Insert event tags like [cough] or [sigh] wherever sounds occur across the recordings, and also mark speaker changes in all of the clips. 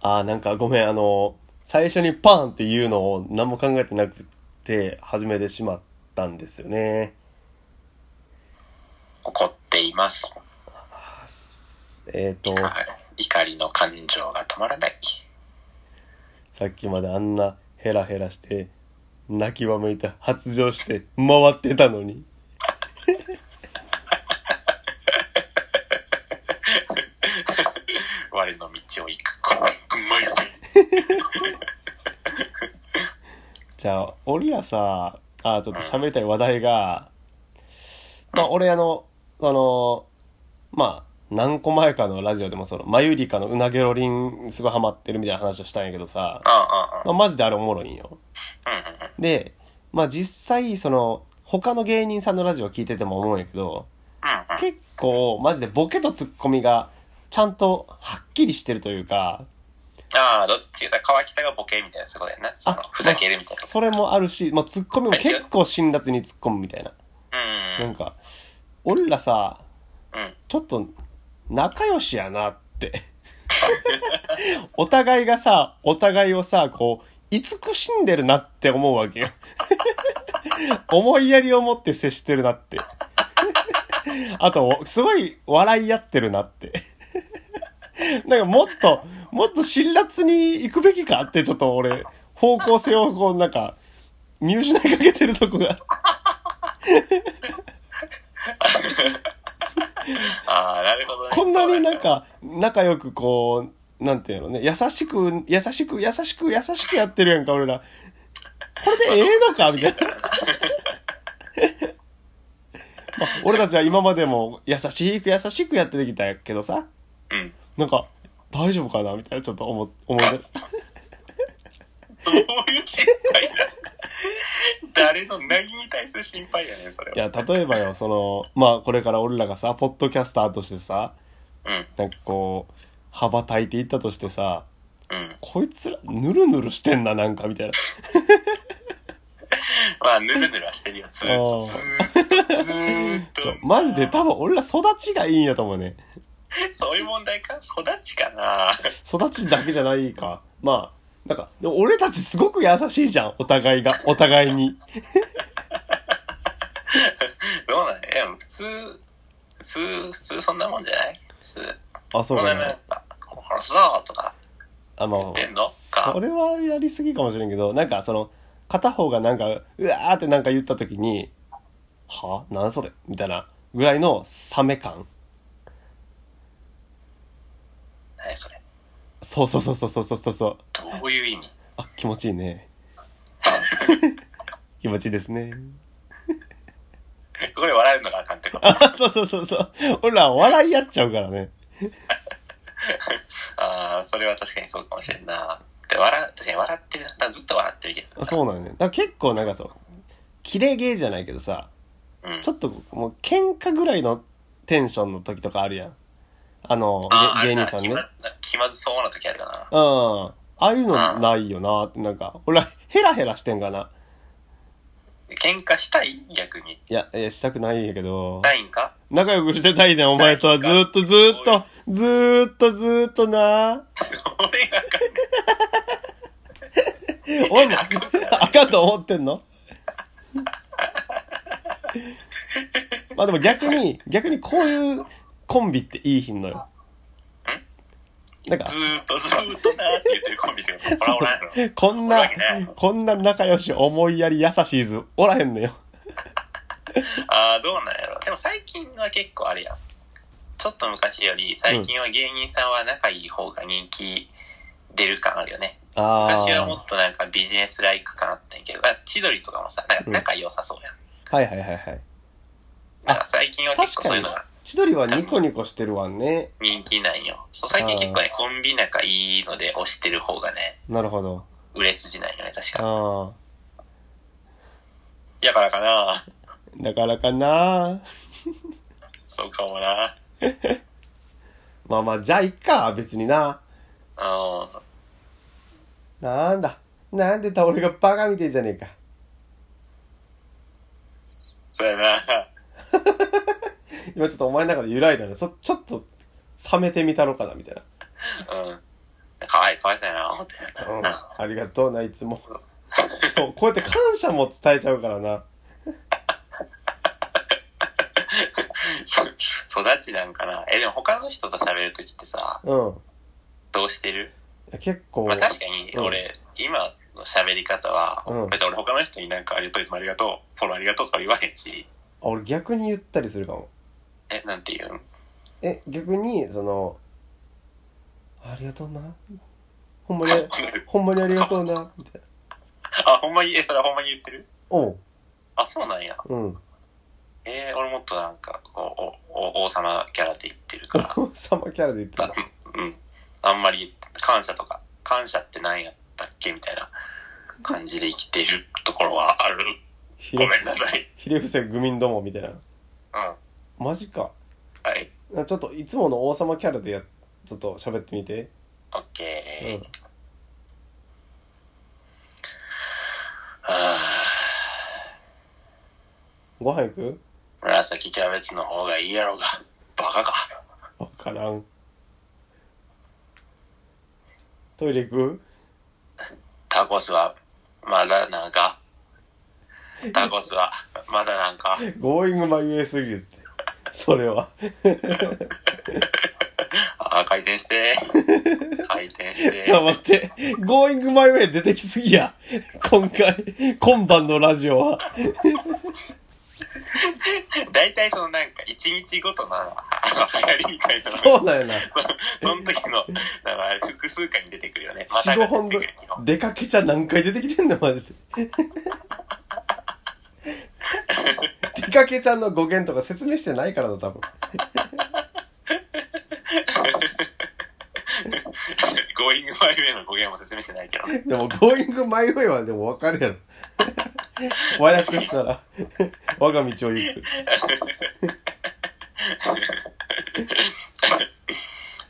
Speaker 1: ああ、なんかごめん、あの、最初にパンっていうのを何も考えてなくて始めてしまったんですよね。
Speaker 2: 怒っています。
Speaker 1: えっ、と、
Speaker 2: 怒りの感情が止
Speaker 1: [laughs]
Speaker 2: まらない。
Speaker 1: さっきまであんなヘラヘラして、泣きわめいて発情して回ってたのに。
Speaker 2: 我の道
Speaker 1: [laughs]
Speaker 2: を行く。このうまい
Speaker 1: じゃあ、俺らさ、あーちょっと喋りたい話題が、まあ、俺あの、その、まあ、何個前かのラジオでもその、マユリカのうなげろりんすごいハマってるみたいな話をしたんやけどさ、
Speaker 2: ああ、
Speaker 1: まあ、マジであれおもろいんよ。
Speaker 2: ああ。うんうんうん。
Speaker 1: で、まあ実際、その、他の芸人さんのラジオ聞いてても思うんやけど、
Speaker 2: うんうん。
Speaker 1: 結構、マジでボケとツッコミが、ちゃんと、はっきりしてるというか、
Speaker 2: ああ、どっちだ川北がボケみたいな、そういうことやな。その、ふざけるみたい
Speaker 1: まあそれもあるし、まあツッコミも結構辛辣に突っ込むみたいな。
Speaker 2: な。う。
Speaker 1: なんんか、俺らさ、
Speaker 2: うん。
Speaker 1: ちょっと、仲良しやなって。 [laughs] お互いがさ、お互いをさ、こう、慈しんでるなって思うわけよ。 [laughs] 思いやりを持って接してるなって。 [laughs] あと、すごい笑い合ってるなって。 [laughs] なんかもっと、もっと辛辣に行くべきかって、ちょっと俺、方向性をこう、なんか、見失いかけてるとこが。
Speaker 2: ああ、なるほどね。
Speaker 1: [laughs] こんなになんか、仲良くこう、なんていうのね、優しく、優しく、優しく、優しくやってるやんか、俺ら。これでええのかみたいな。 [laughs] まあ、俺たちは今までも優しく優しくやってきたけどさ、
Speaker 2: そうやな。うん。 [laughs]
Speaker 1: なんか、大丈夫かなみたいな、ちょっと思、思い出した。
Speaker 2: どういう心配だ誰の何に対する心配やねん、それ
Speaker 1: い
Speaker 2: は。
Speaker 1: や、例えばよ、その、まあ、これから俺らがさ、ポッドキャスターとしてさ、
Speaker 2: うん。
Speaker 1: なんかこう、羽ばたいていったとしてさ、
Speaker 2: うん。
Speaker 1: こいつら、ぬるぬるしてんな、なんか、みたいな。
Speaker 2: まあ、ぬるぬるはしてるよ、ずーっ
Speaker 1: あ
Speaker 2: と。
Speaker 1: ー
Speaker 2: ずーっとずーっ
Speaker 1: [laughs] ちょ
Speaker 2: と。
Speaker 1: マジで多分俺ら育ちがいいんやと思うね。
Speaker 2: そういう問題か育ちかな
Speaker 1: 育ちだけじゃないか。まあ、なんか、でも俺たちすごく優しいじゃん。お互いが、お互い
Speaker 2: [laughs]
Speaker 1: に。
Speaker 2: どうなんやいや普通、普通、普通そんなもんじゃない普通。
Speaker 1: あ、そう
Speaker 2: こん
Speaker 1: か
Speaker 2: な
Speaker 1: な
Speaker 2: なん。か、殺すぞとか。
Speaker 1: あ、まあ
Speaker 2: 言ってんの、か
Speaker 1: それはやりすぎかもしれんけど、なんかその、片方がなんか、うわーってなんか言った時に、はなんそれみたいな、ぐらいの冷め感。
Speaker 2: 何それ。
Speaker 1: そうそうそうそうそうそうそう。
Speaker 2: どういう意味 [laughs]
Speaker 1: あ、気持ちいいね。気持ちいいですね。
Speaker 2: これ笑うのがあかんってこと。
Speaker 1: あ、そうそうそうそう。俺ら笑い合っちゃうからね。
Speaker 2: ああ、それは確かにそうかもしれんな。で、笑、確かに笑ってるな。だからずっと笑ってる気がする
Speaker 1: あ
Speaker 2: な。
Speaker 1: そうなのね。だから結構なんかそう、キレゲーじゃないけどさ、
Speaker 2: うん。
Speaker 1: ちょっともう喧嘩ぐらいのテンションの時とかあるやん。あの、
Speaker 2: あー
Speaker 1: げ芸
Speaker 2: あ
Speaker 1: 人さ
Speaker 2: れなん気
Speaker 1: ね。うん。
Speaker 2: ま
Speaker 1: あ
Speaker 2: 気まずそうな時あるかな。
Speaker 1: あいうの
Speaker 2: あー
Speaker 1: ないよなって、なんか、俺らヘラヘラしてんかな。
Speaker 2: 喧嘩したい逆に。
Speaker 1: いや、えしたくないんやけど、
Speaker 2: ないんか [laughs]
Speaker 1: 仲良くしてたいねん、お前とは。ず
Speaker 2: ない
Speaker 1: ー
Speaker 2: ん
Speaker 1: っ
Speaker 2: か
Speaker 1: とずーっと、ずーっとずーっとな。
Speaker 2: 俺があかん
Speaker 1: おいも、あかんと思ってんのまあでも逆に、逆にこういうコンビっていいひんのよ。なんか
Speaker 2: ず、ーっとずーっとなーって言ってるコンビってことほらおらんやろ。
Speaker 1: こんな
Speaker 2: おるわけない、
Speaker 1: こんな仲良し、思いやり優しいず、おらへんのよ。
Speaker 2: ああ、どうなんやろ。でも最近は結構あれやん。ちょっと昔より最近は芸人さんは仲いい方が人気出る感あるよね。
Speaker 1: あ
Speaker 2: 昔はも
Speaker 1: あ
Speaker 2: っとなんかビジネスライク感あったんやけど、だから千鳥とかもさ、なんか仲良さそうやん。。
Speaker 1: はいはいはいはい。
Speaker 2: だから最近は結
Speaker 1: 確
Speaker 2: 構そう
Speaker 1: か
Speaker 2: いう
Speaker 1: に
Speaker 2: のが、
Speaker 1: 千鳥はニコニコしてるわね。
Speaker 2: 人気なんよ。そう、最近結構ね、コンビ仲いいので推してる方がね、
Speaker 1: なるほど。
Speaker 2: 売れ筋なんよね、確か。
Speaker 1: あ
Speaker 2: やからかな
Speaker 1: あ。なかなかな。
Speaker 2: そうかもな
Speaker 1: まあまあ、じゃあいっか、別にな。
Speaker 2: うん。
Speaker 1: なんだ。なんでた俺がバカみてえじゃねえか。
Speaker 2: そうやな
Speaker 1: 今ちょっとお前の中で揺らいだね。そ、ちょっと、冷めてみたのかな、みたいな。
Speaker 2: うん。かわい、かわいそうやな、思ってる
Speaker 1: う
Speaker 2: よ
Speaker 1: ん
Speaker 2: な。
Speaker 1: ありがとうな、いつも。そう、こうやって感謝も伝えちゃうからな。
Speaker 2: そ [laughs] 育ちなんかな。え、でも他の人と喋るときってさ、
Speaker 1: うん。い
Speaker 2: どうしてる
Speaker 1: や結構
Speaker 2: まあ、、確かに
Speaker 1: うん
Speaker 2: 俺、今の喋り方は、
Speaker 1: うん
Speaker 2: 別に俺他の人になんかありがとういつもありがとう、フォローありがとうとか言わへんし、
Speaker 1: あ俺逆に言ったりするかも。
Speaker 2: え、なん
Speaker 1: [laughs]
Speaker 2: ていうん
Speaker 1: え、逆に、その、ありがとうな。ほんまに、ほんまにありがとうな。みたいな。
Speaker 2: あ、ほんまに、え、それほんまに言ってる
Speaker 1: おう、
Speaker 2: あ、そうなんや。
Speaker 1: うん。 [laughs]
Speaker 2: えー俺もっとなんか、こう、お、お、王様キャラで言ってるから。
Speaker 1: 王様キャラで言って
Speaker 2: あ
Speaker 1: た。
Speaker 2: [laughs] うん。あんまり感謝とか、感謝って何やったっけみたいな感じで生きているところはある。
Speaker 1: ひ
Speaker 2: ごめ
Speaker 1: れ
Speaker 2: ん
Speaker 1: 伏せ、
Speaker 2: なさい。
Speaker 1: ひれ伏せ愚民どもみたいな。
Speaker 2: うん。は
Speaker 1: マジか。
Speaker 2: い。
Speaker 1: あちょっといつもの王様キャラでや、ちょっと喋ってみて。
Speaker 2: オッケ
Speaker 1: う
Speaker 2: ー。
Speaker 1: ん。
Speaker 2: あ
Speaker 1: [sighs] ご飯行く
Speaker 2: ー紫キャベツの方がいいやろうが。バカか。
Speaker 1: わからん。トイレ行く
Speaker 2: タコスは、まだなんか。タコスは、まだなんか。
Speaker 1: ゴーイングマイウェイすぎるって。それは。
Speaker 2: あー回
Speaker 1: [laughs]
Speaker 2: 転して。回転して。
Speaker 1: ちょ、待って。ゴーイングマイウェイ出てきすぎや。今回、今晩のラジオは。
Speaker 2: 大体そのなんか一日ごとのあの流行りみたいなのが
Speaker 1: そうだよな。
Speaker 2: そその時のなんかあれ複数回に出てくるよね。また
Speaker 1: 4、
Speaker 2: が
Speaker 1: 5本
Speaker 2: 出
Speaker 1: 分
Speaker 2: てくるよ。
Speaker 1: 出かけちゃ何回出てきてんのマジで。出かけちゃんの語源とか説明してないからだ、多分。
Speaker 2: [laughs] ゴーイングマイウェイの語源も説明してないけど。
Speaker 1: でも、ゴーイングマイウェイはでも分かるやろ。和訳したら、我が道を行く。
Speaker 2: [laughs]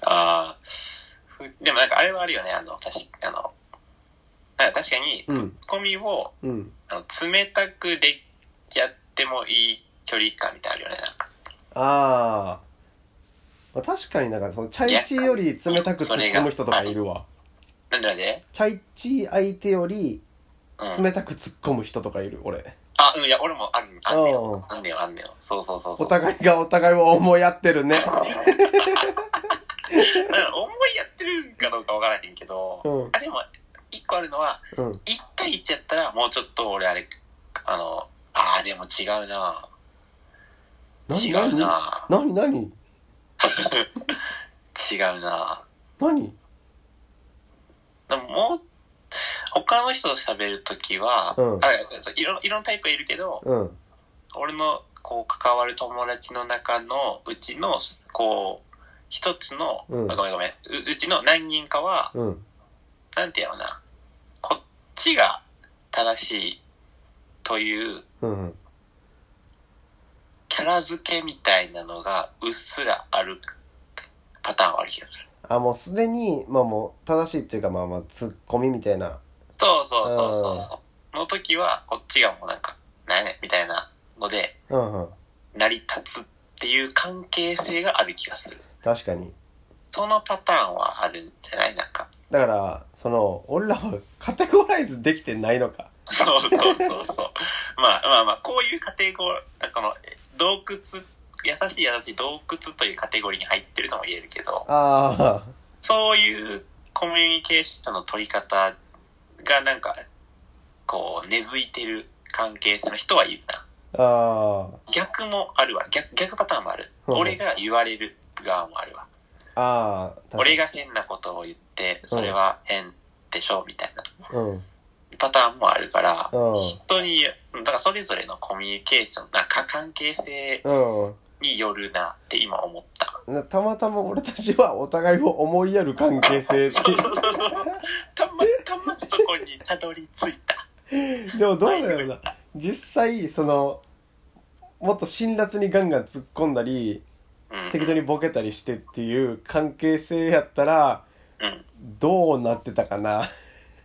Speaker 2: ああ。ふでもなんかあれはあるよね。あの、確かあの、なんか確かに
Speaker 1: うん
Speaker 2: ツッコミを、
Speaker 1: うん。
Speaker 2: あの冷たくでやってもいい距離感みたいなのあるよね。なんか
Speaker 1: あー。まあ、確かになんか、その、チャイチより冷たく突っ込む人とかいるわ。
Speaker 2: なんでなんで
Speaker 1: チャイチ相手より
Speaker 2: うん。
Speaker 1: 冷たく突っ込む人とかいる、俺。
Speaker 2: あ、うん、いや、俺もある、あんね
Speaker 1: うんう
Speaker 2: よ
Speaker 1: ん。
Speaker 2: あんねよ、あんねよ。そうそうそうそ
Speaker 1: お
Speaker 2: う。
Speaker 1: 互いがお互いを思いやってるね。
Speaker 2: だから思いやってるかどうかわからへんけど、
Speaker 1: うん
Speaker 2: あでも一個あるのは
Speaker 1: うん。
Speaker 2: 一対一やったらもうちょっと俺あれあのあーでも違うな
Speaker 1: 何
Speaker 2: 違う
Speaker 1: 何
Speaker 2: な
Speaker 1: 何何
Speaker 2: 違うな
Speaker 1: 何
Speaker 2: でももう他の人と喋るときは、
Speaker 1: うん
Speaker 2: あそういろいろんなタイプがいるけど、
Speaker 1: うん。
Speaker 2: 俺のこう関わる友達の中のうちのこう一つの、
Speaker 1: うん
Speaker 2: あごめんごめんううちの何人かは
Speaker 1: うん。
Speaker 2: なんていうのかな、こっちが正しいという
Speaker 1: うん。
Speaker 2: キャラ付けみたいなのがうっすらあるパターンはある気がする。
Speaker 1: あ、もうすでに、まあもう、正しいっていうか、まあまあ、突っ込みみたいな。
Speaker 2: そうそうそうそうそう。の時は、こっちがもうなんか、なんやねんみたいなので、
Speaker 1: うんうん。
Speaker 2: 成り立つっていう関係性がある気がする。
Speaker 1: 確かに。
Speaker 2: そのパターンはあるんじゃないなんか。 [laughs]
Speaker 1: だから、その、俺らはカテゴライズできてないのか。
Speaker 2: そうそうそうそう。まあまあまあ、こういうカテゴリー、この、洞窟、優しい優しい洞窟というカテゴリーに入ってるとも言えるけど、
Speaker 1: あ
Speaker 2: そういうコミュニケーションの取り方がなんか、こう、根付いてる関係性の人はいるな。
Speaker 1: あ、あ
Speaker 2: 逆もあるわ。逆、逆パターンもある。
Speaker 1: うん
Speaker 2: 俺が言われる側もあるわ。
Speaker 1: あ、ああ、
Speaker 2: 俺が変なことを言って、それは変でしょうみたいな
Speaker 1: うん、
Speaker 2: パターンもあるから、
Speaker 1: うん
Speaker 2: 人に、だからそれぞれのコミュニケーション、なんか関係性
Speaker 1: うん。
Speaker 2: によるなって今思った。
Speaker 1: たまたま俺たちはお互いを思いやる関係性っ
Speaker 2: そ
Speaker 1: [laughs]
Speaker 2: うそうそうそう。 [laughs] たまたまそこにたどり着いた。
Speaker 1: て。でもどうだろうな。実際、その、もっと辛辣にガンガン突っ込んだり、
Speaker 2: うん。
Speaker 1: 適当にボケたりしてっていう関係性やったら、
Speaker 2: うん。 [laughs]
Speaker 1: どうなってたかな。 [laughs]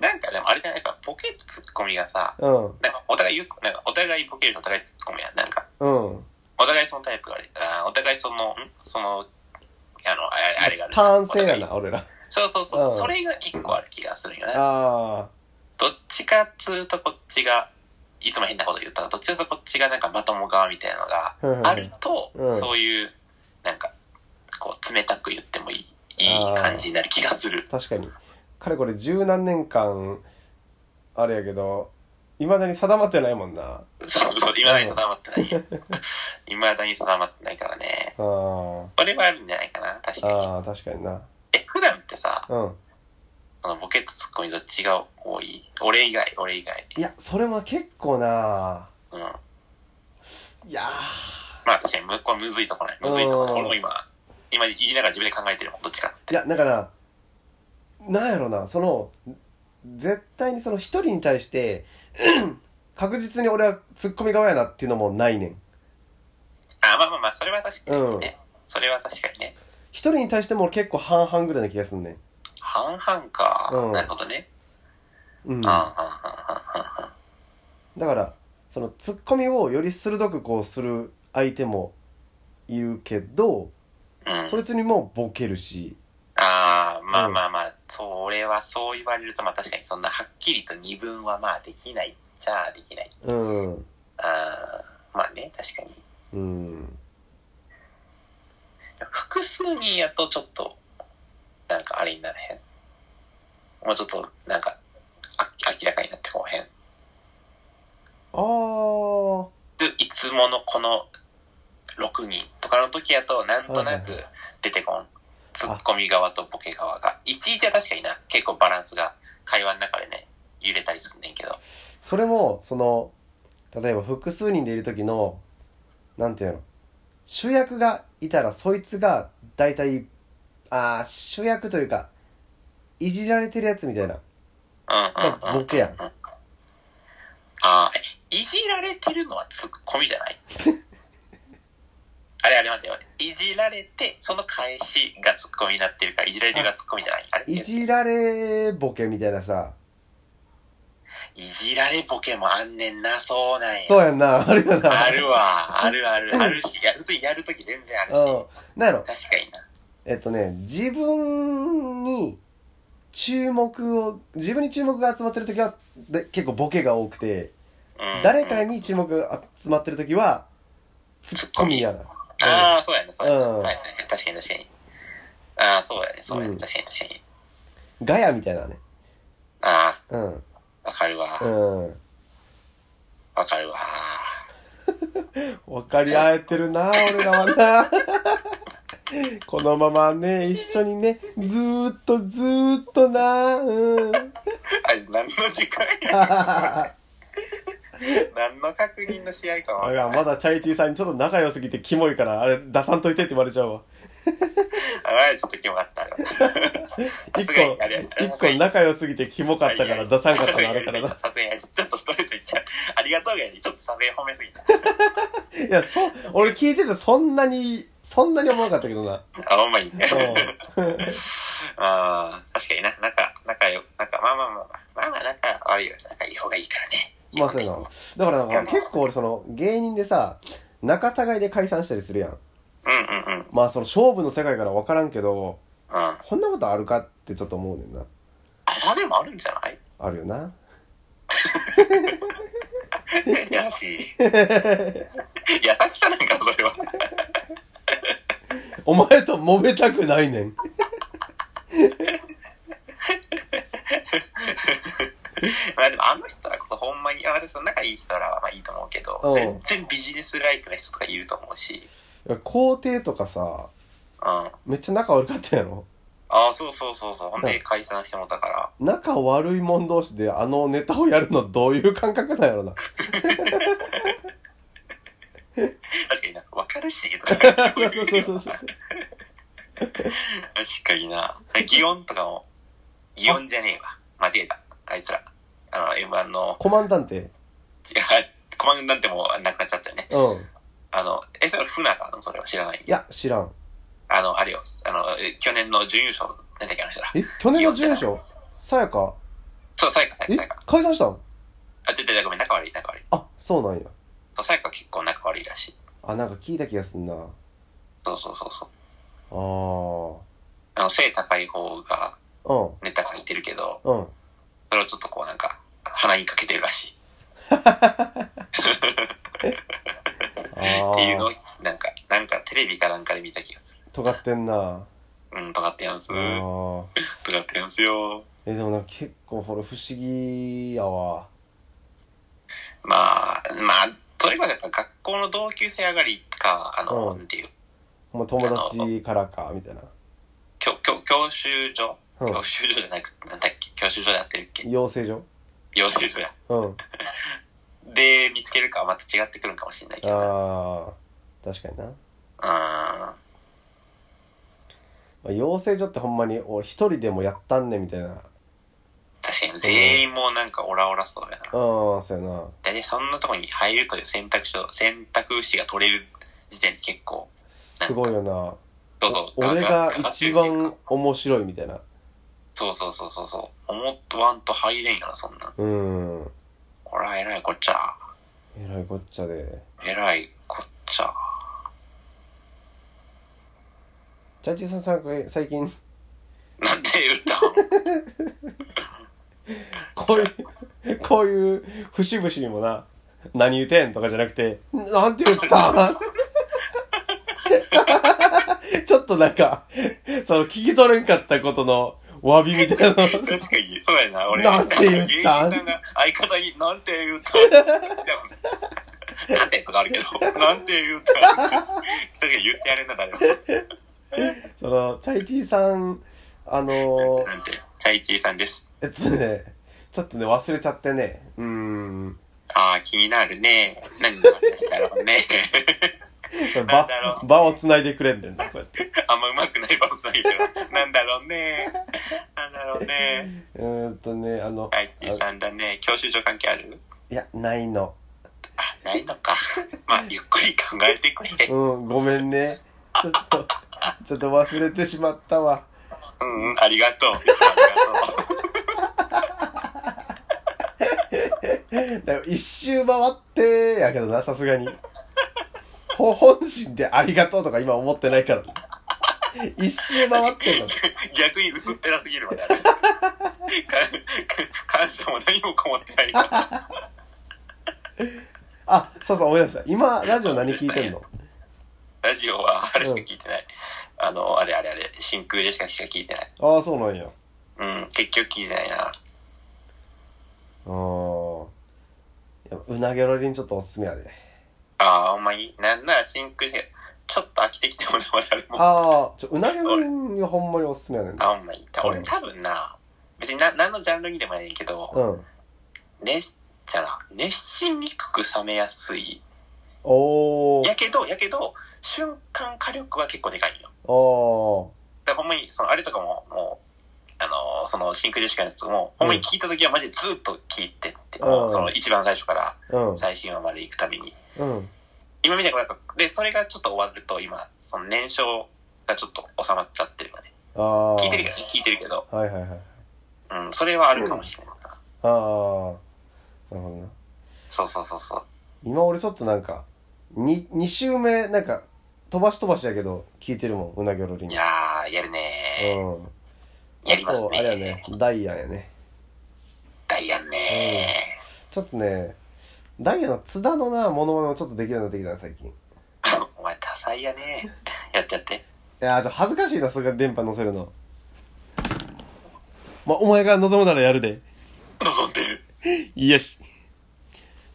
Speaker 2: なんかでもあれじゃないやっぱボケとツッコミがさ、
Speaker 1: うん、
Speaker 2: なんかお互い言う、なんかお互いボケるとお互いツッコミやん。なんか、
Speaker 1: うん。
Speaker 2: お互いそのタイプがある。あーお互いその、んその、あの、あれあれがある。
Speaker 1: ターン性やな、俺ら。
Speaker 2: そうそうそうう。
Speaker 1: ん
Speaker 2: それが一個ある気がするよね。
Speaker 1: あ
Speaker 2: どっちかっつうとこっちが、いつも変なこと言ったら、どっちかっつうとこっちがなんかまとも側みたいなのが
Speaker 1: うんうんうん
Speaker 2: あると、
Speaker 1: うん
Speaker 2: そういう、なんか、こう、冷たく言ってもいい、いい感じになる気がする。
Speaker 1: あ確かにかれこれ十何年間あれやけどいまだに定まってないもんな
Speaker 2: そうそう、未だに定まってないよ。未だに定まってないからね。
Speaker 1: あー
Speaker 2: それはあるんじゃないかな、確かに。
Speaker 1: あー確かにな
Speaker 2: え、普段ってさ、
Speaker 1: うん
Speaker 2: そのボケとツッコミどっちが多い俺以外、俺以外。
Speaker 1: いやそれも結構な
Speaker 2: うん。
Speaker 1: いや
Speaker 2: まあ確かにむ、これむずいとこない。むずいとこない。
Speaker 1: うん
Speaker 2: 俺も今、今言いながら自分で考えてるもん、どっちかっ
Speaker 1: ーい
Speaker 2: て。
Speaker 1: やだからなんやろなその絶対にその一人に対して [clears throat] 確実に俺はツッコミ側やなっていうのもないねん
Speaker 2: あ、まあまあまあ、それは確か
Speaker 1: うん
Speaker 2: にね。それは確かにね。
Speaker 1: 一人に対しても俺結構半々ぐらいな気がすんねん
Speaker 2: 半々か。
Speaker 1: うん
Speaker 2: なるほどね。
Speaker 1: うん
Speaker 2: うん、うん、うん、うん
Speaker 1: だからそのツッコミをより鋭くこうする相手もいるけど
Speaker 2: うん、うん。
Speaker 1: そいつにもボケるし
Speaker 2: ああ、まあ
Speaker 1: うん
Speaker 2: まあまあ、それはそう言われると、まあ確かにそんなはっきりと二分はまあできないじゃあできない。
Speaker 1: うん
Speaker 2: あーまあね、確かに。
Speaker 1: うん
Speaker 2: 複数人やとちょっと、なんかあれにならへん。もうちょっと、なんか、あ明らかになってこうへん。
Speaker 1: ああ
Speaker 2: でいつものこの6人とかの時やと、なんとなく出てこん。ツッコミ側とボケ側が。いちいちは確かにな、結構バランスが会話の中でね、揺れたりするねんけど。
Speaker 1: それもその例えば複数人でいる時のなんていうの主役がいたらそいつが大体あー主役というかいじられてるやつみたいな
Speaker 2: うんうんう
Speaker 1: ボ
Speaker 2: ん。
Speaker 1: ケやん
Speaker 2: ああー、えいじられてるのはツッコミじ
Speaker 1: [laughs]
Speaker 2: ゃないあれあれ待って待って。いじられて、その返しがツッコミになってるから、いじられてるがツッコミじゃない。あれ
Speaker 1: い
Speaker 2: 違う
Speaker 1: じられボケみたいなさ
Speaker 2: いじられボケもあんねんな、そうなんや。
Speaker 1: そうやんな [laughs] あるよな
Speaker 2: あるわ、あるある、あるし、や普通にやるとき全然あるし。
Speaker 1: うんなんやろ
Speaker 2: 確かにな。
Speaker 1: えっとね自分に注目を自分に注目が集まってる時はで結構ボケが多くて
Speaker 2: うん、
Speaker 1: 誰
Speaker 2: う
Speaker 1: か
Speaker 2: ん
Speaker 1: に注目が集まってる時はツッコミやな
Speaker 2: ああ、そうやね、そうやね。
Speaker 1: うん
Speaker 2: はいはいはい確かに確かに。ああ、そうやね、そうや
Speaker 1: う
Speaker 2: ね、
Speaker 1: ん
Speaker 2: 確かに確かに。
Speaker 1: ガヤみたいなね
Speaker 2: あ
Speaker 1: うん
Speaker 2: あ、わかるわ、
Speaker 1: うん
Speaker 2: わかるわ。
Speaker 1: 分かり合えてるな俺らはな [laughs] このままね一緒にねずーっとずーっとなうん
Speaker 2: あれ、何の時間や
Speaker 1: [laughs]
Speaker 2: 何の確認の試合か
Speaker 1: あ
Speaker 2: も。
Speaker 1: らまだチャイチーさんにちょっと仲良すぎてキモいからあれ出さんといてって言われちゃうわ
Speaker 2: あれ、ちょっとキモかった。
Speaker 1: [laughs] 一
Speaker 2: 一
Speaker 1: 個一個仲良すぎてキモかったから出さんかったのあれからな
Speaker 2: さすがに、ちょっとストレートいっちゃう。ありがとうがやね、ちょっとさすがに褒めす
Speaker 1: [laughs]
Speaker 2: ぎた。
Speaker 1: いやそう俺聞いててそんなにそんなに思わなかったけどな
Speaker 2: あ、ほんまに。
Speaker 1: うん
Speaker 2: ああ、確かにな、仲、仲よ、仲、まあまあまあまあ、まあまあ仲悪いより仲いい方がいいからね。
Speaker 1: まあそうやなだからなんか結構俺その芸人でさ仲違いで解散したりするやん
Speaker 2: うんうんうん。
Speaker 1: まあその勝負の世界から分からんけど
Speaker 2: うん。
Speaker 1: こんなことあるかってちょっと思うねんな
Speaker 2: あ、でもあるんじゃない [laughs]
Speaker 1: あるよな
Speaker 2: 優
Speaker 1: [laughs]
Speaker 2: しい。優しさなんか、それは。
Speaker 1: お前と揉めたくないねん
Speaker 2: [laughs] まあでも、あの人らこそほんまに、あ私その仲いい人らはまあいいと思うけど
Speaker 1: う、ん
Speaker 2: 全然ビジネスライクな人とかいると思うし。
Speaker 1: 皇帝とかさ
Speaker 2: うん。あ
Speaker 1: めっちゃ仲悪かったやろ
Speaker 2: あ、そうそうそうそう。ほん
Speaker 1: う
Speaker 2: で
Speaker 1: ん
Speaker 2: 解散してもったから。
Speaker 1: 仲悪い者同士であのネタをやるのどういう感覚なんや [laughs] ろな
Speaker 2: 確かになんか、わかるし、とか。
Speaker 1: そうそう
Speaker 2: [laughs]
Speaker 1: そうそう。
Speaker 2: 確かにな。祇園とかも、祇園じゃねえわ。間違えた。あいつら。あの、M1 の、 [laughs]
Speaker 1: コマンダンテ。
Speaker 2: いやコマンダンテもなくなっちゃったよね。
Speaker 1: うん。
Speaker 2: あの、え、それ船かのそれは知らない
Speaker 1: い。や、知らん。
Speaker 2: あの、あれよ。あの、え去年の準優勝、なんだっけ、あの人ら。
Speaker 1: え、去年の準優勝さやか
Speaker 2: そう、さやか、さや
Speaker 1: え
Speaker 2: か、さやか。
Speaker 1: 解散したん
Speaker 2: あ、ちょっとごめん、仲悪い、仲悪い。
Speaker 1: あ、そうなんや。
Speaker 2: そう、さやか結構仲悪いらしい。
Speaker 1: あ、なんか聞いた気がすんな。あ
Speaker 2: そうそうそうそう。
Speaker 1: ー。
Speaker 2: あの、背高い方が
Speaker 1: うん。
Speaker 2: ネタ書いてるけど、
Speaker 1: うん。
Speaker 2: それをちょっとこうなんか、鼻にかけてるらしい。
Speaker 1: あ
Speaker 2: っていうのを
Speaker 1: あ。、
Speaker 2: なんか、なんかテレビかなんかで見た気がす
Speaker 1: 尖ってんな。
Speaker 2: る。うん、とかってやんす。
Speaker 1: あ
Speaker 2: とか
Speaker 1: ー
Speaker 2: ってやんすよ。
Speaker 1: え、でもなんか結構これ不思議やわ。
Speaker 2: まあ、まあ、とにかくやっぱ学校の同級生上がりか、あの、
Speaker 1: うん
Speaker 2: なんていう、
Speaker 1: もう友達からか、みたいな。
Speaker 2: 教、教、教習所
Speaker 1: うん
Speaker 2: 教習所じゃなく、なんだっけ教習所でやってるっけ
Speaker 1: 養成所
Speaker 2: 養成所や。
Speaker 1: うん。
Speaker 2: で、見つけるかはまた違ってくるんかもしれないけどな。
Speaker 1: ああ。確かにな。ま
Speaker 2: あ
Speaker 1: あ、養成所ってほんまに俺一人でもやったんね、みたいな。
Speaker 2: 確かに全員もうなんかオラオラそうやな。
Speaker 1: うん、そうやな。
Speaker 2: 大体そんなとこに入るという選択肢を、選択肢が取れる時点で結構、
Speaker 1: すごいよな。
Speaker 2: どうぞ、
Speaker 1: お俺が
Speaker 2: かかって
Speaker 1: 一
Speaker 2: るっていう
Speaker 1: 番
Speaker 2: か
Speaker 1: 面白いみたいな。
Speaker 2: そうそうそうそうそう。思わんと入れんよな、そんなん。
Speaker 1: うん。
Speaker 2: こら、偉いこっちゃ。
Speaker 1: えらいこっちゃで。
Speaker 2: 偉いこっちゃ。
Speaker 1: チャイチーさんさんこれ最近、
Speaker 2: なんて言ったん
Speaker 1: こういう、こういう節々にもな、何言うてんとかじゃなくて、なんて言ったんちょっとなんか、その聞き取れんかったことの詫びみたいなの。 [laughs]
Speaker 2: 確かに、そうやな、俺。
Speaker 1: なんて言ったん
Speaker 2: 芸人さが相方に、なんて言ったんなんてとかあるけど、なんて言ったん確かに言ってやれんな、誰も。
Speaker 1: その、チャイチーさん、あの
Speaker 2: なんて、チャイチーさんです。
Speaker 1: えっとね、ちょっとね、忘れちゃってね。うーん。
Speaker 2: ああ、気になるね。何の話だろうね。 [laughs] なん
Speaker 1: 場
Speaker 2: だろ、う
Speaker 1: 場を繋いでくれんねんな、こうやって。
Speaker 2: あんま上手くないバウさんやけど、なんだろうね。なんだろうね。
Speaker 1: うーんとね、あの、
Speaker 2: チャイチーさんだね。教習所関係ある
Speaker 1: いや、ないの。
Speaker 2: あ、ないのか。まあ、ゆっくり考えてくれ。
Speaker 1: うん、ごめんね。ちょっと、ちょっと忘れてしまったわ。
Speaker 2: うん、ありがとう。いつもありがとう。
Speaker 1: だから一周回って、やけどな、さすがに。 [laughs] ほ、本心でありがとうとか今思ってないから、ね。一周回ってんの。
Speaker 2: 逆に薄っぺらすぎるわね。あれか感謝も何もこもってないから。
Speaker 1: あ、そうそう、思い出した。今、ラジオ何聞いてんの
Speaker 2: ラジオはあれしか聞いてない。あの、あれあれあれ、真空でしか聞いてない。
Speaker 1: ああ、そうなんや。あ
Speaker 2: うん、結局聞いてないな。
Speaker 1: ーいやうなぎょろりんちょっとおすすめやで。
Speaker 2: ああ、ほんまに。なんなら真空で、ちょっと飽きてきてもまだあるもん。
Speaker 1: ああ、ちょ、うなぎょろりんがほんまにおすすめやねんな。
Speaker 2: あ、ほんまに。俺多分な、別にな何のジャンルにでもないねんけ
Speaker 1: う
Speaker 2: ど、
Speaker 1: ん。
Speaker 2: 熱、じゃな、熱しにくく冷めやすい。
Speaker 1: おー
Speaker 2: や。けど、やけど、瞬間火力は結構でかいんよ。
Speaker 1: お
Speaker 2: だからほんまに、そのあれとかも、もう、あのーその真空ジェシカのやつも、ほんまに聞いた時はマジでずっと聞いてって、
Speaker 1: うん
Speaker 2: その一番最初から
Speaker 1: ー。
Speaker 2: 最新話まで行くたびに。
Speaker 1: うん。うん。
Speaker 2: 今みたいな、なんか、で、それがちょっと終わると、今、その燃焼がちょっと収まっちゃってるよね。
Speaker 1: ああ。
Speaker 2: 聞いてるけどね、聞いてるけど、
Speaker 1: はいはいはい。
Speaker 2: うん、それはあるかもしれないな。
Speaker 1: ああなるほどな
Speaker 2: そうそうそうそう。
Speaker 1: 今俺ちょっとなんか 2, 2週目なんか飛ばし飛ばしだけど聞いてるもんうなぎょろりん
Speaker 2: いやー、やるね
Speaker 1: うん
Speaker 2: ー。やります
Speaker 1: あとあれや
Speaker 2: ね
Speaker 1: ね。ダイヤやね
Speaker 2: ダイヤンね
Speaker 1: ちょっとねダイヤの津田のなモノマネもちょっとできるようになってきたな最近い
Speaker 2: ー。 [laughs] お前、多彩やねー。やってやって。
Speaker 1: やーちょっと恥ずかしいなそれが電波乗せるのまあお前が望むならやるで [laughs]
Speaker 2: 望んでる。
Speaker 1: よし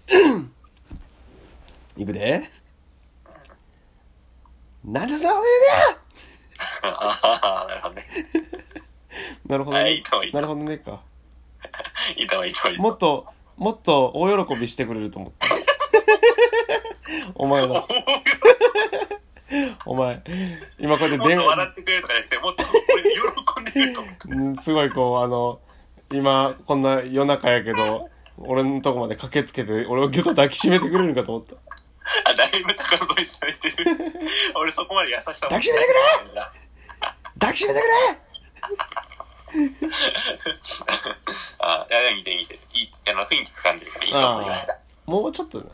Speaker 1: [coughs] いくでなんでそんなこと言うねん
Speaker 2: ああ、なるほどね。
Speaker 1: なるほどね。
Speaker 2: はいいいと思ういいと
Speaker 1: なる
Speaker 2: 思
Speaker 1: ほどねか。
Speaker 2: いいと思ういいと思う。
Speaker 1: もっと、もっと大喜びしてくれると思った。 [laughs] お前
Speaker 2: [laughs]
Speaker 1: の、お前、今こうやって
Speaker 2: もっ
Speaker 1: 電
Speaker 2: と笑
Speaker 1: 話、
Speaker 2: ってくれるとかじゃなくて、もっと俺喜んでくれると
Speaker 1: [laughs]
Speaker 2: 思う。
Speaker 1: うんすごいこう、あの、今、こんな夜中やけど、俺のとこまで駆けつけて、俺をギュッと抱きしめてくれるんかと思った。
Speaker 2: あ、だいぶ高望にされて
Speaker 1: [laughs]
Speaker 2: る。俺そこまで優しさも。
Speaker 1: 抱きしめて
Speaker 2: くれ
Speaker 1: 抱きしめてく
Speaker 2: [laughs] あ、いや、でも見て見て。いい、あの、雰囲気掴んでるからいい
Speaker 1: れ
Speaker 2: と思いました。
Speaker 1: もうちょっとやな。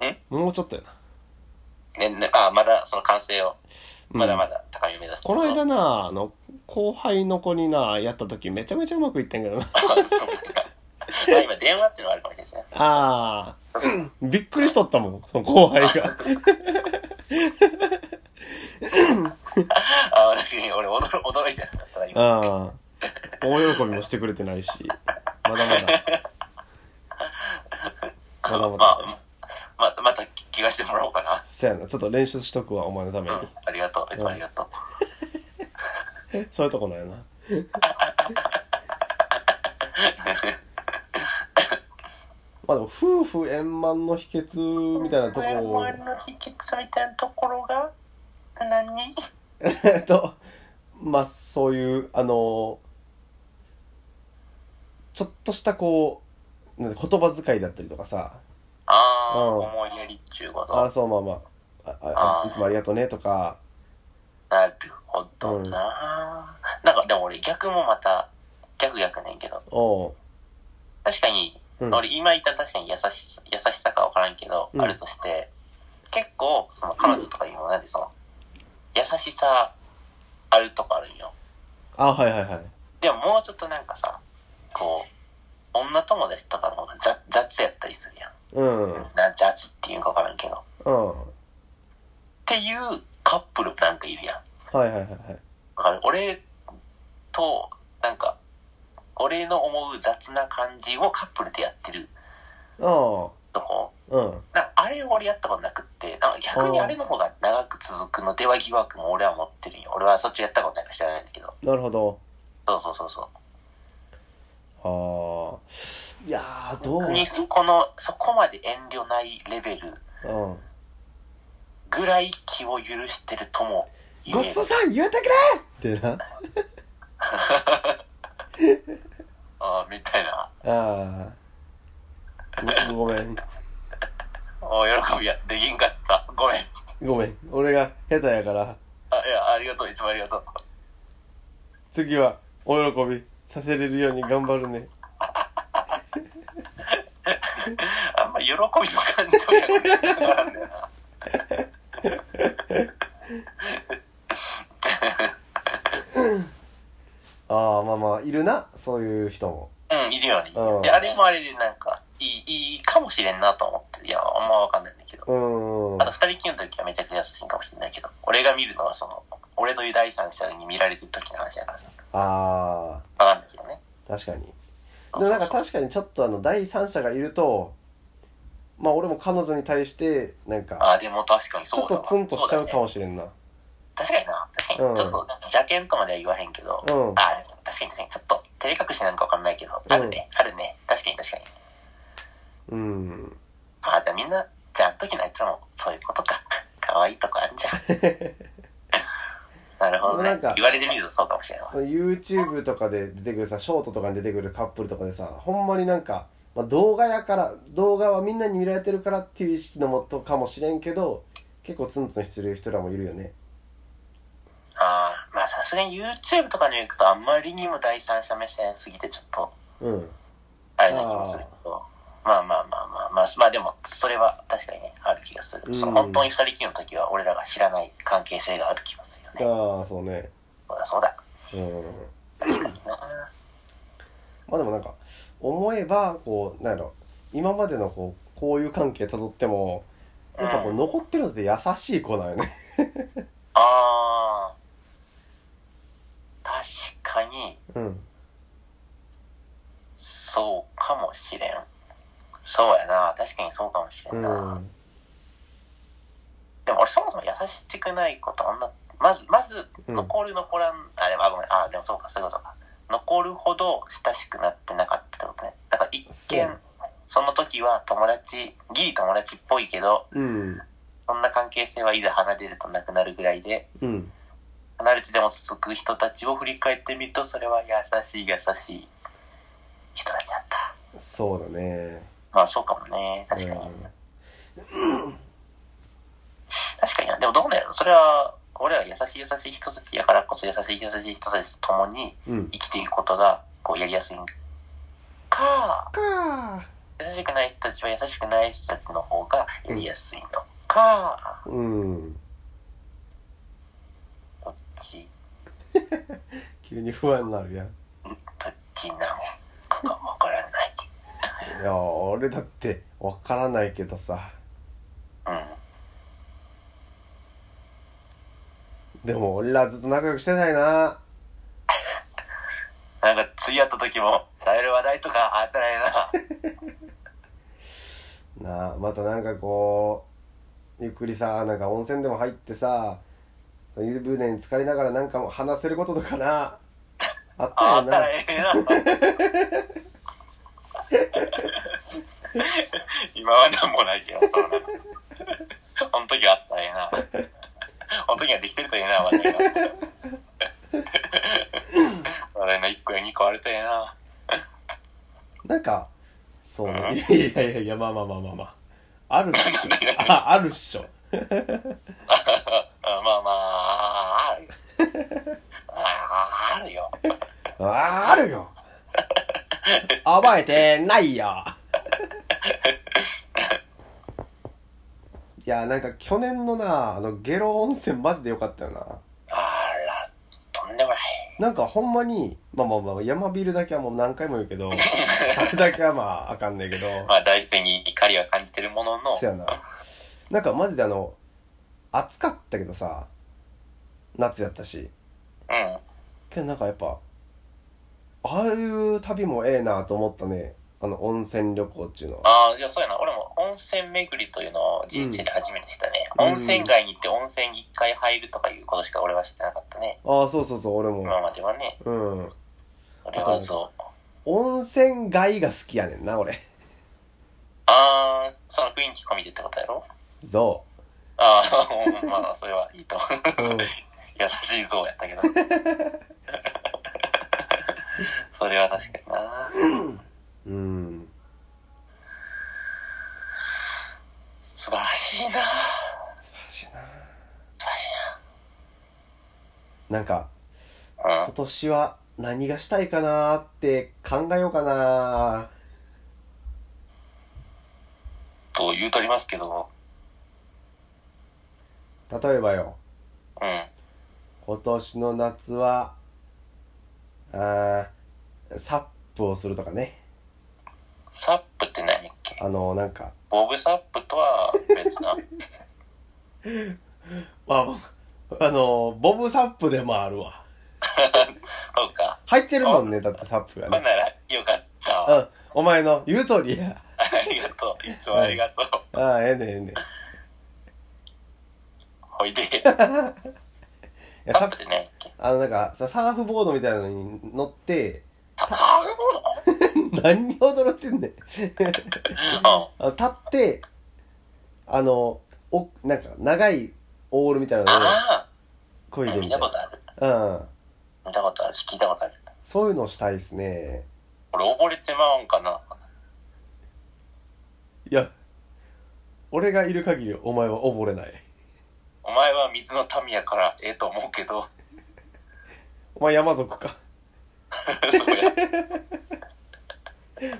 Speaker 2: え
Speaker 1: もうちょっとやな。
Speaker 2: ねね、あ、まだその完成を、
Speaker 1: うん
Speaker 2: まだまだ高みを目指し
Speaker 1: この間な、あの、後輩の子にな、やった時めちゃめちゃうまくいってんけどな。
Speaker 2: [laughs] そうなんかまあ今電話っていうのはあるかもしれないですね。
Speaker 1: ああ、びっくりしとったもん、その後輩が。
Speaker 2: ああ、確かに俺驚驚いてなかったな、今。
Speaker 1: ああ、大喜びもしてくれてないし、まだまだ。まだま
Speaker 2: ま
Speaker 1: だ。
Speaker 2: あ、また、また気がしてもらおうかな。
Speaker 1: そやな、ちょっと練習しとくわ、お前のため
Speaker 2: うん
Speaker 1: に。、
Speaker 2: ありがとう。いつもありがとう。
Speaker 1: そういうとこなんやな。まあでも、夫婦円満の秘訣みたいなとこを、
Speaker 2: の秘訣みたいなところが、何
Speaker 1: えっと、 [laughs] まあそういう、あの、ちょっとしたこう、なんて言葉遣いだったりとかさ、
Speaker 2: ああ、
Speaker 1: うん
Speaker 2: 思いやりっちゅうこ
Speaker 1: ああ、
Speaker 2: と。
Speaker 1: そう、まあまあ、ああ
Speaker 2: あー
Speaker 1: いつもありがとうねとか、
Speaker 2: なるほどな、なんかでも俺逆もまた、逆逆ねんけど。
Speaker 1: おう、
Speaker 2: 確かに、
Speaker 1: うん、
Speaker 2: 俺今言った確かに優し優しさかわからんけど、
Speaker 1: うん
Speaker 2: あるとして、結構、その彼女とかにもなんでその、優しさあるとこあるんよ。
Speaker 1: あはいはいはい。
Speaker 2: でももうちょっとなんかさ、こう、女友達とかの方が雑雑やったりするやん。
Speaker 1: うん、うん、
Speaker 2: な雑っていうかわからんけど。っ
Speaker 1: は
Speaker 2: ていうカップルなんかいるやん。
Speaker 1: いはいはいはい。
Speaker 2: わかる俺と、なんか、俺の思う雑な感じをカップルでやってる
Speaker 1: あ
Speaker 2: とこ。
Speaker 1: あ、うん。
Speaker 2: なんかあれを俺やったことなくって、なんか逆にあれの方が長く続くのでは疑惑も俺は持ってるんよ。俺はそっちやったことないから知らないんだけど。
Speaker 1: なるほど。
Speaker 2: そうそうそうそ
Speaker 1: あ
Speaker 2: う。
Speaker 1: あ。いやー、どうう
Speaker 2: にそこの、そこまで遠慮ないレベル
Speaker 1: ん。
Speaker 2: ぐらい気を許してるとも言
Speaker 1: ご
Speaker 2: え
Speaker 1: ち
Speaker 2: る
Speaker 1: そ。うさん言うてくれってな。
Speaker 2: あーみたいな。
Speaker 1: ああ。ごごめん。
Speaker 2: お喜びや、できんかった。ごめん。
Speaker 1: ごめん。俺が下手やから、
Speaker 2: あ、いや、ありがとう。いつもあり
Speaker 1: [laughs]
Speaker 2: がとう。
Speaker 1: 次はお喜びさせれるように頑張るね。
Speaker 2: あんま喜びの感情やからわからんだよな。
Speaker 1: ああ、まあまあ、いるな。そういう人も。
Speaker 2: うん、いるよね
Speaker 1: うん。
Speaker 2: で、あれもあれでなんか、いい、いいかもしれんなと思ってる。いや、あんまわかんないんだけど。
Speaker 1: うーん。
Speaker 2: あと、二人きりの時はめちゃくちゃ優しいかもしれないけど、俺が見るのはその、俺という第三者に見られてる時の話やからね。
Speaker 1: ああ、
Speaker 2: わかんないけどね。
Speaker 1: 確かに。でもなんか確かにちょっとあの、第三者がいると、まあ俺も彼女に対して、なんか、
Speaker 2: あ、でも確かに
Speaker 1: ちょ
Speaker 2: そ
Speaker 1: っ
Speaker 2: うだ
Speaker 1: と
Speaker 2: わ。
Speaker 1: ツンとしちゃうか
Speaker 2: そうだね
Speaker 1: もしれんな。
Speaker 2: 確かにな。確か
Speaker 1: うん
Speaker 2: に。ちょっと、邪剣とまでは言わへんけど、
Speaker 1: うん
Speaker 2: あ、でも確かに確かに。ちょっと、照れ隠しなんかわかんないけど、あるね。あるね。確かに確かに。
Speaker 1: うん。
Speaker 2: あ、じゃあみんな、じゃあ、あの時のやつらも、そういうことか。可愛いとこあんじゃん。なるほど
Speaker 1: なん
Speaker 2: ね
Speaker 1: か。
Speaker 2: 言われてみるとそうかもしれんわ。
Speaker 1: その YouTube とかで出てくるさ、ショートとかに出てくるカップルとかでさ、ほんまになんか、まあ、動画やから、動画はみんなに見られてるからっていう意識のもとかもしれんけど、結構ツンツンしてる人らもいるよね。
Speaker 2: ああ、まあさすがに YouTube とかに行くと、あんまりにも第三者目線すぎて、ちょっと、
Speaker 1: うん。
Speaker 2: あれな気もするけど。まあまあまあまあまあ、まあでも、それは確かにね、ある気がす
Speaker 1: う
Speaker 2: る。
Speaker 1: ん
Speaker 2: その本当に二人きりの時は、俺らが知らない関係性がある気がするよね。
Speaker 1: ああ、そうね。
Speaker 2: そうだ、そうだ。
Speaker 1: うん。
Speaker 2: な
Speaker 1: まあでもなんか、思えば、こう、なんやろ、今までのこう、こういう関係辿っても、なんかこう、
Speaker 2: うん
Speaker 1: 残ってるのって優しい子なんよね。
Speaker 2: ああ、確かに、
Speaker 1: うん。
Speaker 2: そうかもしれん。そうやな。確かにそうかもしれ
Speaker 1: うん
Speaker 2: な。
Speaker 1: ん。
Speaker 2: でも俺そもそも優しくないことあんな、まず、まず、
Speaker 1: うん
Speaker 2: 残る残らん、あ、でも、あ、ごめん、あ、でもそうか、そういうことか。残るほど親しくなってなかったってことね。だから一
Speaker 1: そ
Speaker 2: 見
Speaker 1: う、
Speaker 2: その時は友達、ギリ友達っぽいけど、
Speaker 1: うん。
Speaker 2: そんな関係性はいざ離れるとなくなるぐらいで、
Speaker 1: うん。
Speaker 2: 離れてでも続く人たちを振り返ってみると、それは優しい優しい人たちだった。
Speaker 1: そうだね。
Speaker 2: まあそうかもね。確かに。
Speaker 1: うん。
Speaker 2: 確かにな。でもどうなんやろそれは、俺は優しい優しい人たちやからこそ優しい優しい人たちと共に
Speaker 1: うん。
Speaker 2: 生きていくことが、こうやりやすいんか、
Speaker 1: かー
Speaker 2: 優しくない人たちは優しくない人たちの方がやりやすいのか、
Speaker 1: うん。
Speaker 2: こっち
Speaker 1: 急に不安になるやん。い
Speaker 2: プッチナオとかもわからない。
Speaker 1: や、俺だってわからないけどさ。
Speaker 2: うん。
Speaker 1: でも俺らずっと仲良くしてないな。
Speaker 2: なんか、次会った時も、さえる話題とかあったらええな。
Speaker 1: なあ、またなんかこう、ゆっくりさ、なんか温泉でも入ってさ、湯船に浸かりながらなんか話せることとかな。あった
Speaker 2: ああ
Speaker 1: よ
Speaker 2: っ
Speaker 1: な
Speaker 2: たら。ええな。今は何もないけど、そんなのあの時はあったらええな。あの時はできてるとええな、話題が。話題の1個や2個あるとええな。
Speaker 1: なんか、そう
Speaker 2: う
Speaker 1: ね。
Speaker 2: ん
Speaker 1: いやいやいやいや、まあまあまあまあまあ。あるっし
Speaker 2: [laughs]
Speaker 1: ょ。あ、あるっしょ。
Speaker 2: あまあまあ、あるよ。ああるよ。
Speaker 1: ああるよ。覚えてないよ。いや、なんか去年のな、あの、ゲロ温泉マジでよかったよな。
Speaker 2: あら、とんでもない。
Speaker 1: なんかほんまに、まあまあまあ、山ビルだけはもう何回も言うけど、あれだけはまあ、あかんねえけど、
Speaker 2: まあ、大事に怒りは感じてるものの、
Speaker 1: そやな。なんかマジであの、暑かったけどさ、夏やったし。
Speaker 2: うん。
Speaker 1: けどなんかやっぱ、ああいう旅もええなと思ったね。あの、温泉旅行っていうのは。
Speaker 2: ああ、いや、そうやな。俺も温泉巡りというのを人生で初めてしたね。
Speaker 1: うん
Speaker 2: 温泉街に行って温泉に一回入るとかいうことしか俺は知ってなかったね。
Speaker 1: ああ、そうそうそう、俺も。
Speaker 2: 今まではね。
Speaker 1: うん。
Speaker 2: 俺はそう。
Speaker 1: 温泉街が好きやねんな、俺。 [laughs]
Speaker 2: ああ、その雰囲気込みでってことやろ
Speaker 1: そ
Speaker 2: ああ、まあ、それはいいと。
Speaker 1: う。うん。
Speaker 2: 優しい像やったけど。それは確かにな。
Speaker 1: うん。
Speaker 2: 素晴らしいな。
Speaker 1: 素晴らしい
Speaker 2: 素晴らし
Speaker 1: な。なんか、
Speaker 2: いな。うん
Speaker 1: 今。年は何がしたいかなーって考えようかな
Speaker 2: と言うとりますけど、
Speaker 1: ー。例えばよ、
Speaker 2: うん。
Speaker 1: 今年の夏は、あー、サップをするとかね。
Speaker 2: サップって何やっけ
Speaker 1: あの、なんか、
Speaker 2: ボブサップとは別な。
Speaker 1: まあ、あの、ボブサップでもあるわ。
Speaker 2: そうか。
Speaker 1: 入ってるもんね、だってサップが
Speaker 2: ほん
Speaker 1: ね。
Speaker 2: ならよかった
Speaker 1: う
Speaker 2: わ。
Speaker 1: ん、お前の言う通りや。
Speaker 2: ありがとう。いつもありがとう。
Speaker 1: ああ、ええねんええねん。い
Speaker 2: おいで。
Speaker 1: や、
Speaker 2: サ
Speaker 1: サ
Speaker 2: ッ
Speaker 1: ッ
Speaker 2: プ
Speaker 1: プ、
Speaker 2: って何やっけ
Speaker 1: あの、なんか、さサーフボードみたいなのに乗って、 [laughs]
Speaker 2: サー
Speaker 1: 何に驚いてんねん。
Speaker 2: フボード
Speaker 1: あの立って、あの、お、なんか、長いオールみたいなのを
Speaker 2: あ
Speaker 1: こい
Speaker 2: あ。
Speaker 1: でみ
Speaker 2: 見
Speaker 1: た
Speaker 2: た
Speaker 1: い
Speaker 2: ことある。
Speaker 1: な。うん。
Speaker 2: 見たことあるし、聞いたことある。
Speaker 1: そういうのしたいですね。
Speaker 2: 俺溺れてまうんかな。
Speaker 1: いや、俺がいる限りお前は溺れない。
Speaker 2: お前は水の民やからええと思うけど、
Speaker 1: お前山族か。
Speaker 2: そうや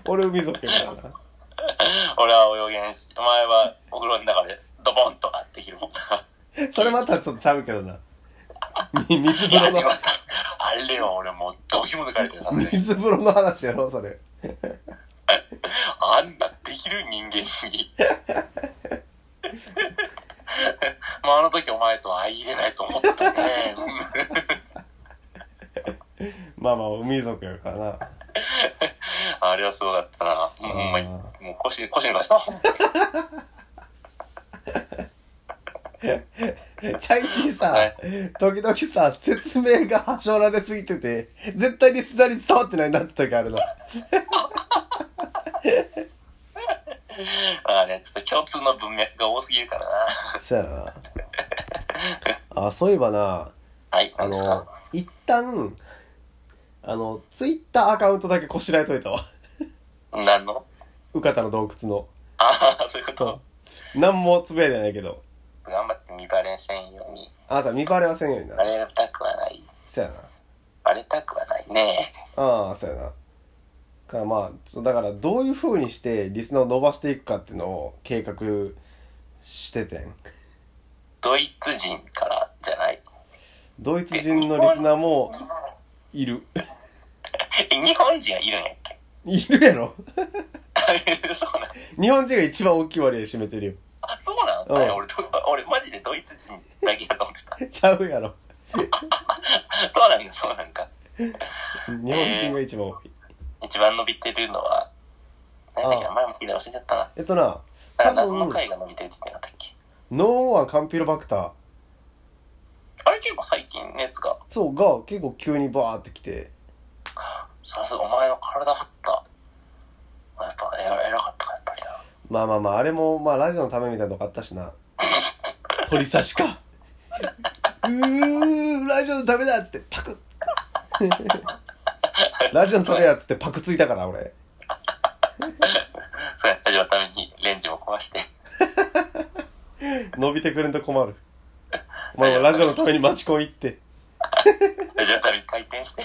Speaker 1: 俺海族やからな。
Speaker 2: 俺は泳げんし、お前はお風呂の中で [laughs] ドボンとかってきるもんな。
Speaker 1: それまたちょっとちゃうけどな。み水
Speaker 2: いやあ
Speaker 1: 風
Speaker 2: れ
Speaker 1: 呂
Speaker 2: はさあれは俺もうどひも抜かれてる。さす
Speaker 1: の、 [laughs]
Speaker 2: がに
Speaker 1: 水風呂の話やろ、それ。
Speaker 2: あんなできる人間に。まあ、あの時お前とは相入れないと思ったね。 [laughs]
Speaker 1: まあまあ、海族やからな。
Speaker 2: あれはすごかったな。もうほんまに、
Speaker 1: あ
Speaker 2: もう腰、腰抜かした。
Speaker 1: [laughs] チャイチーさ、
Speaker 2: はい
Speaker 1: 時々さ、説明がはしょられすぎてて、絶対リスナーに伝わってないなって時あるな。
Speaker 2: あれ、ちょっと共通の文脈が多すぎるからな。
Speaker 1: そうや
Speaker 2: [laughs]
Speaker 1: な。あ、そういえばな、
Speaker 2: はい、
Speaker 1: あ
Speaker 2: 何です
Speaker 1: の
Speaker 2: か、
Speaker 1: 一旦、あの、ツイッターアカウントだけこしらえといたわ。
Speaker 2: 何の
Speaker 1: うかたの洞窟の。
Speaker 2: ああ、そういうこと。
Speaker 1: なんもつぶやいてないけど。
Speaker 2: 頑張って見バレせんように。
Speaker 1: あ、さ、見バレはせんようにな
Speaker 2: バ。レたくはない。
Speaker 1: そうやな。
Speaker 2: バレたくはないね。
Speaker 1: ああ、そうやな。からまあ、そうだからどういう風にしてリスナーを伸ばしていくかっていうのを計画しててん。
Speaker 2: ドイツ人からじゃない。
Speaker 1: ドイツ人のリスナーもいる。 [laughs]
Speaker 2: え日本人はいるんやっけ
Speaker 1: いるやろ。 [laughs]
Speaker 2: [laughs] そうなん
Speaker 1: 日本人が一番大きい割合占めてるよ。 [laughs]
Speaker 2: あ、そうなん、
Speaker 1: うん
Speaker 2: え俺ど、 [laughs] 俺マジでドイツ人だけやと思ってた。 [laughs]
Speaker 1: ちゃうやろ。
Speaker 2: そうなんだ、そうなんか。
Speaker 1: 日本人が一番多い。
Speaker 2: 一番伸びてるのは、なんだっけ
Speaker 1: ああ
Speaker 2: 前も聞いたら忘れちゃったな。
Speaker 1: えっとな、
Speaker 2: な
Speaker 1: 多
Speaker 2: んか謎の
Speaker 1: 分、
Speaker 2: 貝が伸びてるって言ってなかったっけ
Speaker 1: ノーワンカンピロバクター、
Speaker 2: あれ結構最近のやつが、
Speaker 1: そうが結構急にバーってきて、
Speaker 2: さすがお前の体張った。まあやっぱ偉偉かったか、やっぱりな。
Speaker 1: まあまあまあ、あれも、まあラジオのためみたいなとこあったしな。鳥刺しか。 [laughs] うー、ラジオのためだっつってパクッ。 [laughs] ラジオのためだっつってパクついたから、俺。
Speaker 2: そうや、ラジオのためにレンジも壊して。 [laughs]
Speaker 1: 伸びてくれんと困る。お前もラジオのためにマチコン行って。
Speaker 2: ラジオのために回
Speaker 1: [laughs]
Speaker 2: 転して。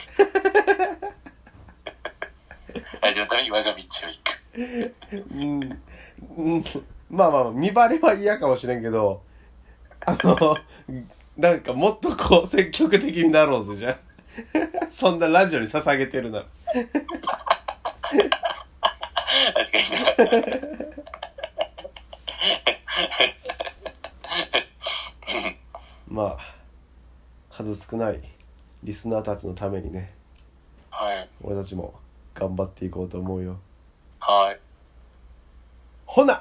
Speaker 2: ラジオのために我が道を行く。
Speaker 1: うん、うんまあまあ、見バレは嫌かもしれんけど、あの、なんかもっとこう積極的になろうぜ、じゃあ [laughs] そんなラジオに捧げてるなら。
Speaker 2: 確かにな。
Speaker 1: まあ、数少ないリスナーたちのためにね、
Speaker 2: はい。
Speaker 1: 俺たちも頑張っていこうと思うよ。
Speaker 2: はい。
Speaker 1: ほな